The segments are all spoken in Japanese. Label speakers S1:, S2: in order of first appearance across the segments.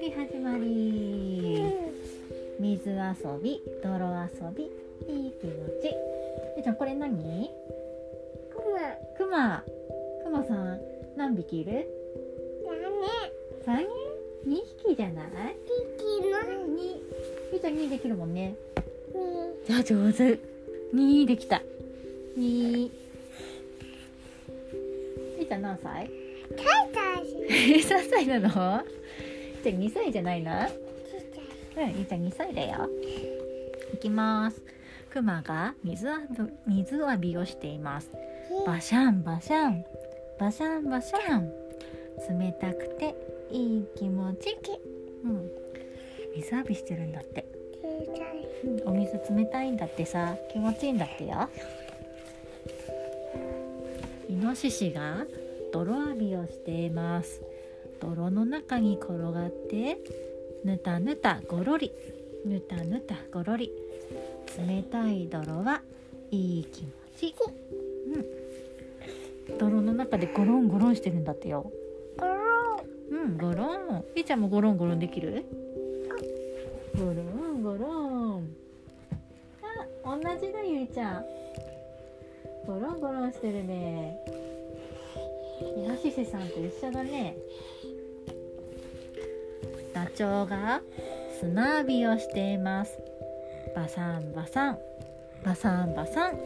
S1: び始まり水遊び泥遊びいい気持ちえーちゃんこれ何クマクマさん何匹いる3人 ?2 匹じゃないにゆうちゃん2できるもんねじゃあ上手2できた2ゆうちゃん何 歳 ?3 歳なのじゃあ2歳じゃないなうんゆうちゃん2歳だよいきますクマが水浴び水浴びをしていますバシャンバシャンバシャンバシャン冷たくていい気持ち、うん、水浴びしてるんだって、うん、お水冷たいんだってさ気持ちいいんだってよイノシシが泥浴びをしています泥の中に転がってぬたぬたごろりぬたぬたごろり冷たい泥はいい気持ち、うん、泥の中でゴロンゴロンしてるんだってようん、ゴロン。ゆいちゃんもゴロンゴロンできるゴロンゴロン。あ、同じだゆいちゃん。ゴロンゴロンしてるね。イノシシさんと一緒だね。ダチョウが砂浴びをしています。バサンバサン、バサンバサン。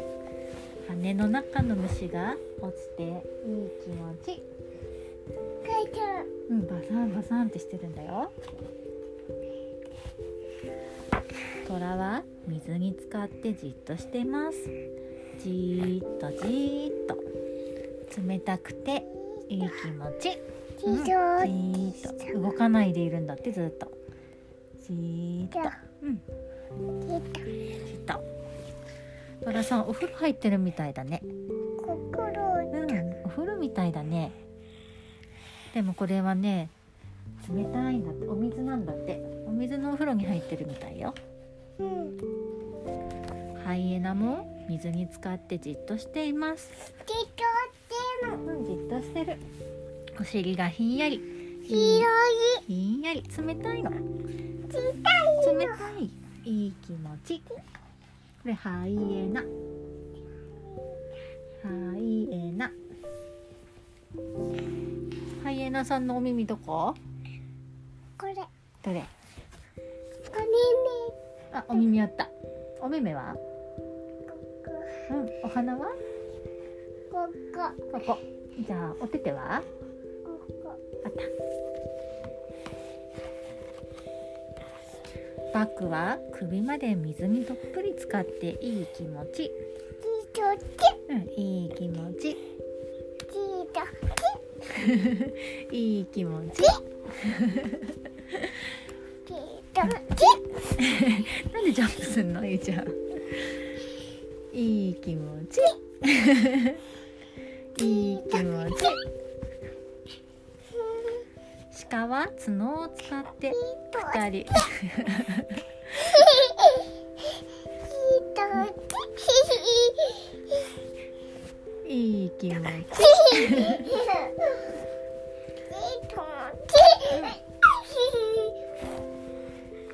S1: 羽の中の虫が落ちていい気持ち。うん、バサンバサンってしてるんだよ。虎は水に浸かってじっとしてます。じーっとじーっと。冷たくていい気持ち。うんじーっと動かないでいるんだってずっと。じーっと。うん、じっと。虎さんお風呂入ってるみたいだね。うん、お風呂みたいだね。でもこれはね、冷たいんだって、お水なんだって。お水のお風呂に入ってるみたいよ。ハイエナも水に浸かってじっとしています。うん、じっとしてる。お尻がひんやり。ひんやり、冷たいの。冷たい。いい気持ち。これハイエナ。ハイエナ。ハイエナさんのお耳どこ。どれ。あ、お耳あった。お目目は。うん、お花は。ここ。じゃあ、お手手は。あった。バッグは首まで水にどっぷり浸かっていい気持ち。うん、いい気持ち。いい気持ち。なんでジャンプすんの、ゆいちゃん。いい気持ち。いい気持ち。鹿は角を使って二人。いい気持ち。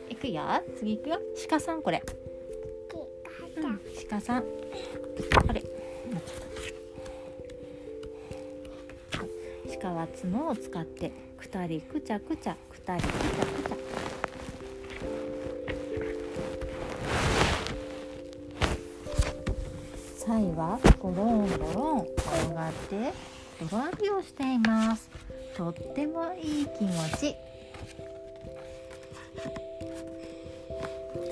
S1: いくよ、次いくよ。鹿さん、これ。うん、鹿さん。あれ。鹿は角を使って、くたりくちゃくちゃ、くたりくちゃくちゃ。サイはゴロンゴロン転がって泥浴びをしています。とってもいい気持ち。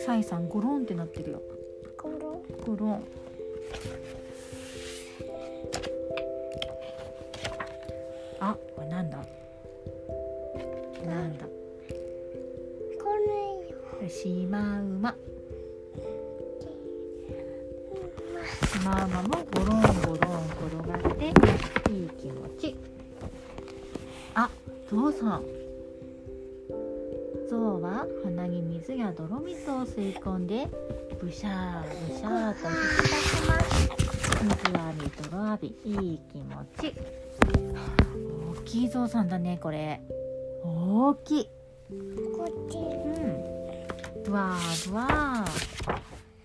S1: サイさんゴロンってなってるよ。ゴロン。あ、これなんだ。なんだ。シマウマ。シマウマもゴロンゴロン転がっていい気持ち。あ、ゾウさん。ゾウは鼻に水や泥水を吸い込んでブシャーブシャーと水浴び泥浴びいい気持ち大きいゾウさんだねこれ大きい
S2: こっち
S1: うんぶわーぶわー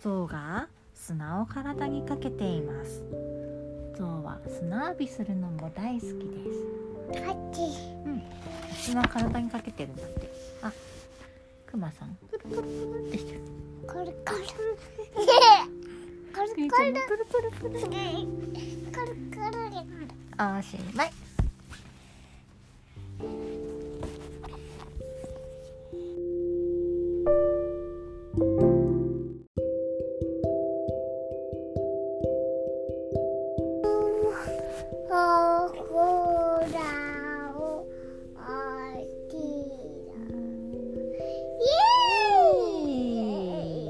S1: 象が砂を体にかけています象は砂浴びするのも大好きです
S2: こっち
S1: 砂体にかけてるんだってあくまさんプルプルプルってしてる
S2: コルコルコル
S1: ゆい
S2: コ
S1: ちゃん
S2: ル
S1: もプルプルプル
S2: コルコルで
S1: おしまい
S2: ほくらをあてイエーイ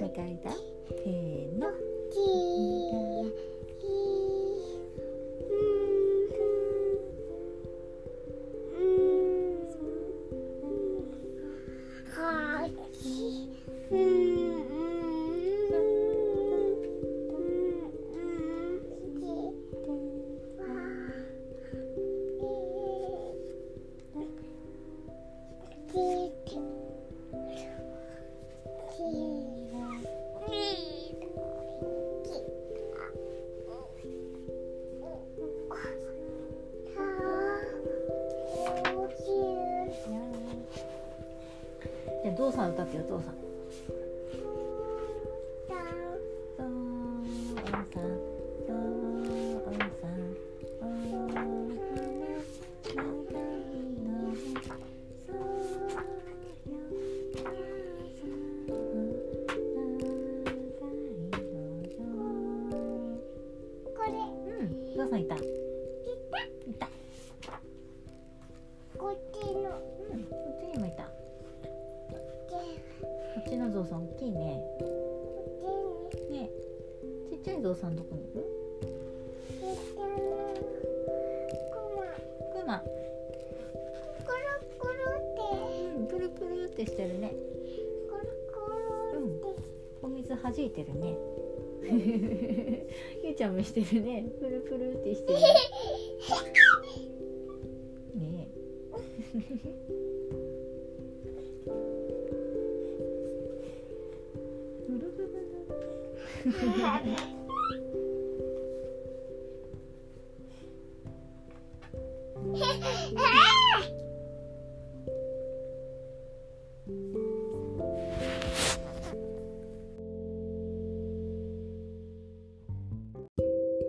S1: 二回だせーの
S2: きはき
S1: じゃあゾウさん歌ってよゾウさんゾウさんゾウさんお花長いのそうよ長いのよ
S2: これ
S1: うん、ゾウさんいた。いた。
S2: こっちの
S1: うん、こっちにもいた。こっちのゾウさん大きいね。
S2: こっ
S1: ねえ。ちっちゃいゾウさんどこにいる？
S2: ちの下のこの
S1: クマ。
S2: コロコロっ
S1: う
S2: て
S1: ん、プルプルってしてるね。
S2: コロコロって
S1: お水弾いてるね。ゆうちゃんもしてるね。プルプルってしてる ね。ねえ。プルプルプル
S2: 嗯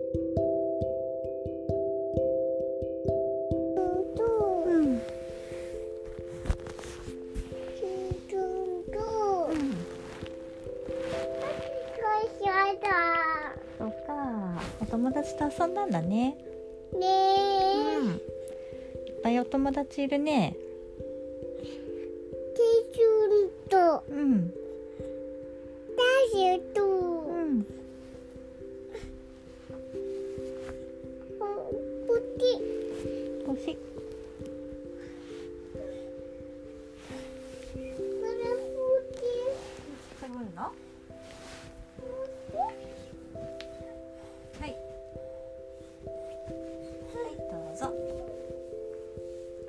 S1: うん
S2: 嗯嗯
S1: そっか、お友達と遊んだんだね。うん。いっぱいお友達いるね。うん。うん。星。最後の。はい。はい、どうぞ。は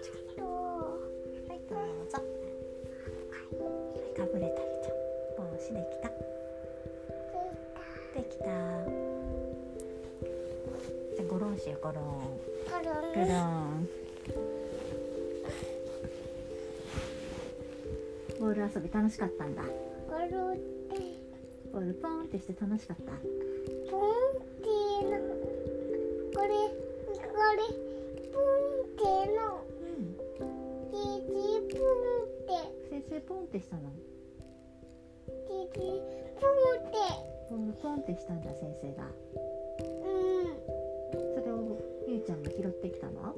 S1: い、どうぞ。はい、かぶれたりちゃん。帽子できた。できた。じゃあ、ゴロンしよう、ゴロン。ゴロン。ボール遊び楽しかったんだ。ボールポンってして楽しかった。うん。先生ポンってしたの。ポンポンってしたんだ先生が。それをゆうちゃんが拾ってきたの？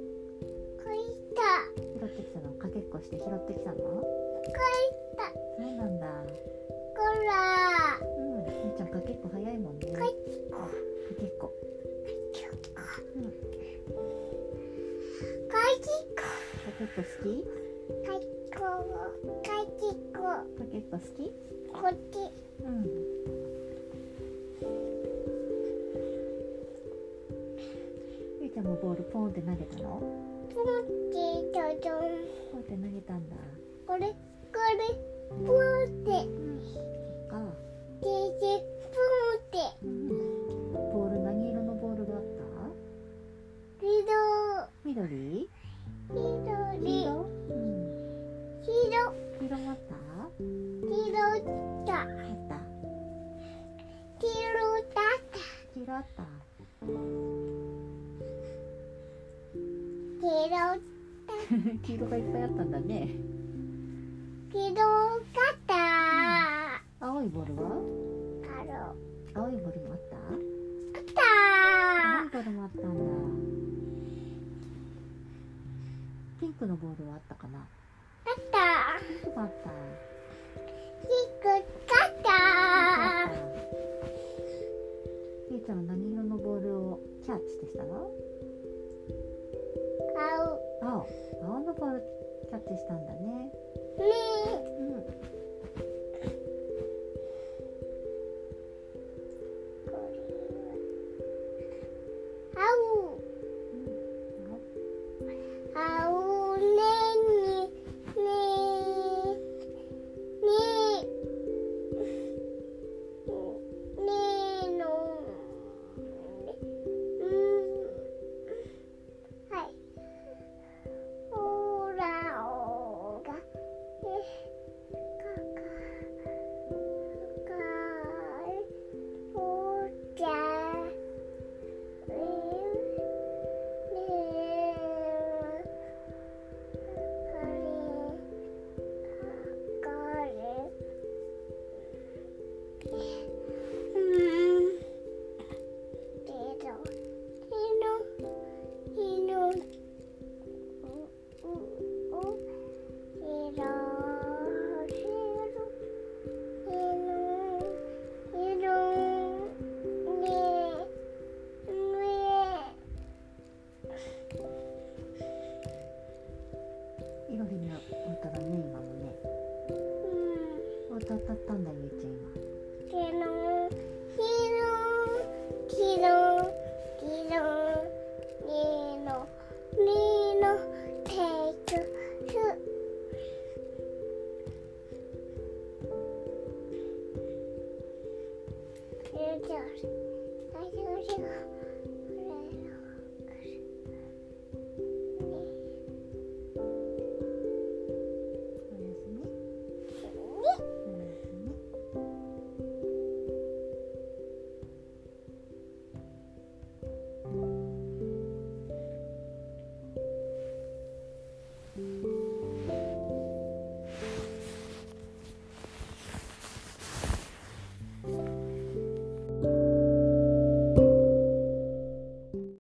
S1: 拾ってきたの？かけっこして拾ってきたの？そうなんだ。うん。ゆうちゃんかけっこ早いもんね。かけっこ。かけっこ好き？かけっこ好き？
S2: こっち。
S1: うん。ゆうちゃんもボールポンって投げたの？
S2: ポンってたじゃん。
S1: こうやって投げたんだ
S2: これこれポンって。
S1: ああ
S2: ででポンって。
S1: ボール何色のボールがあった
S2: 緑
S1: 緑黄
S2: 緑
S1: 色、うん、
S2: 白
S1: 黄色もあった
S2: 白だ
S1: あった
S2: 黄色だった。
S1: 黄色あった
S2: 黄色
S1: 黄色がいっぱいあったんだね
S2: 黄色かった。
S1: 青いボールは
S2: あのあ
S1: 青いボールもあった青い
S2: っ
S1: ボールもあったんだピンクのボールはあったかな
S2: たあった。
S1: ピンクもあった
S2: ひくかった。
S1: ゆうちゃんは何色のボールをキャッチでしたの
S2: 顔
S1: 青青のボールキャッチしたんだね
S2: ね
S1: うん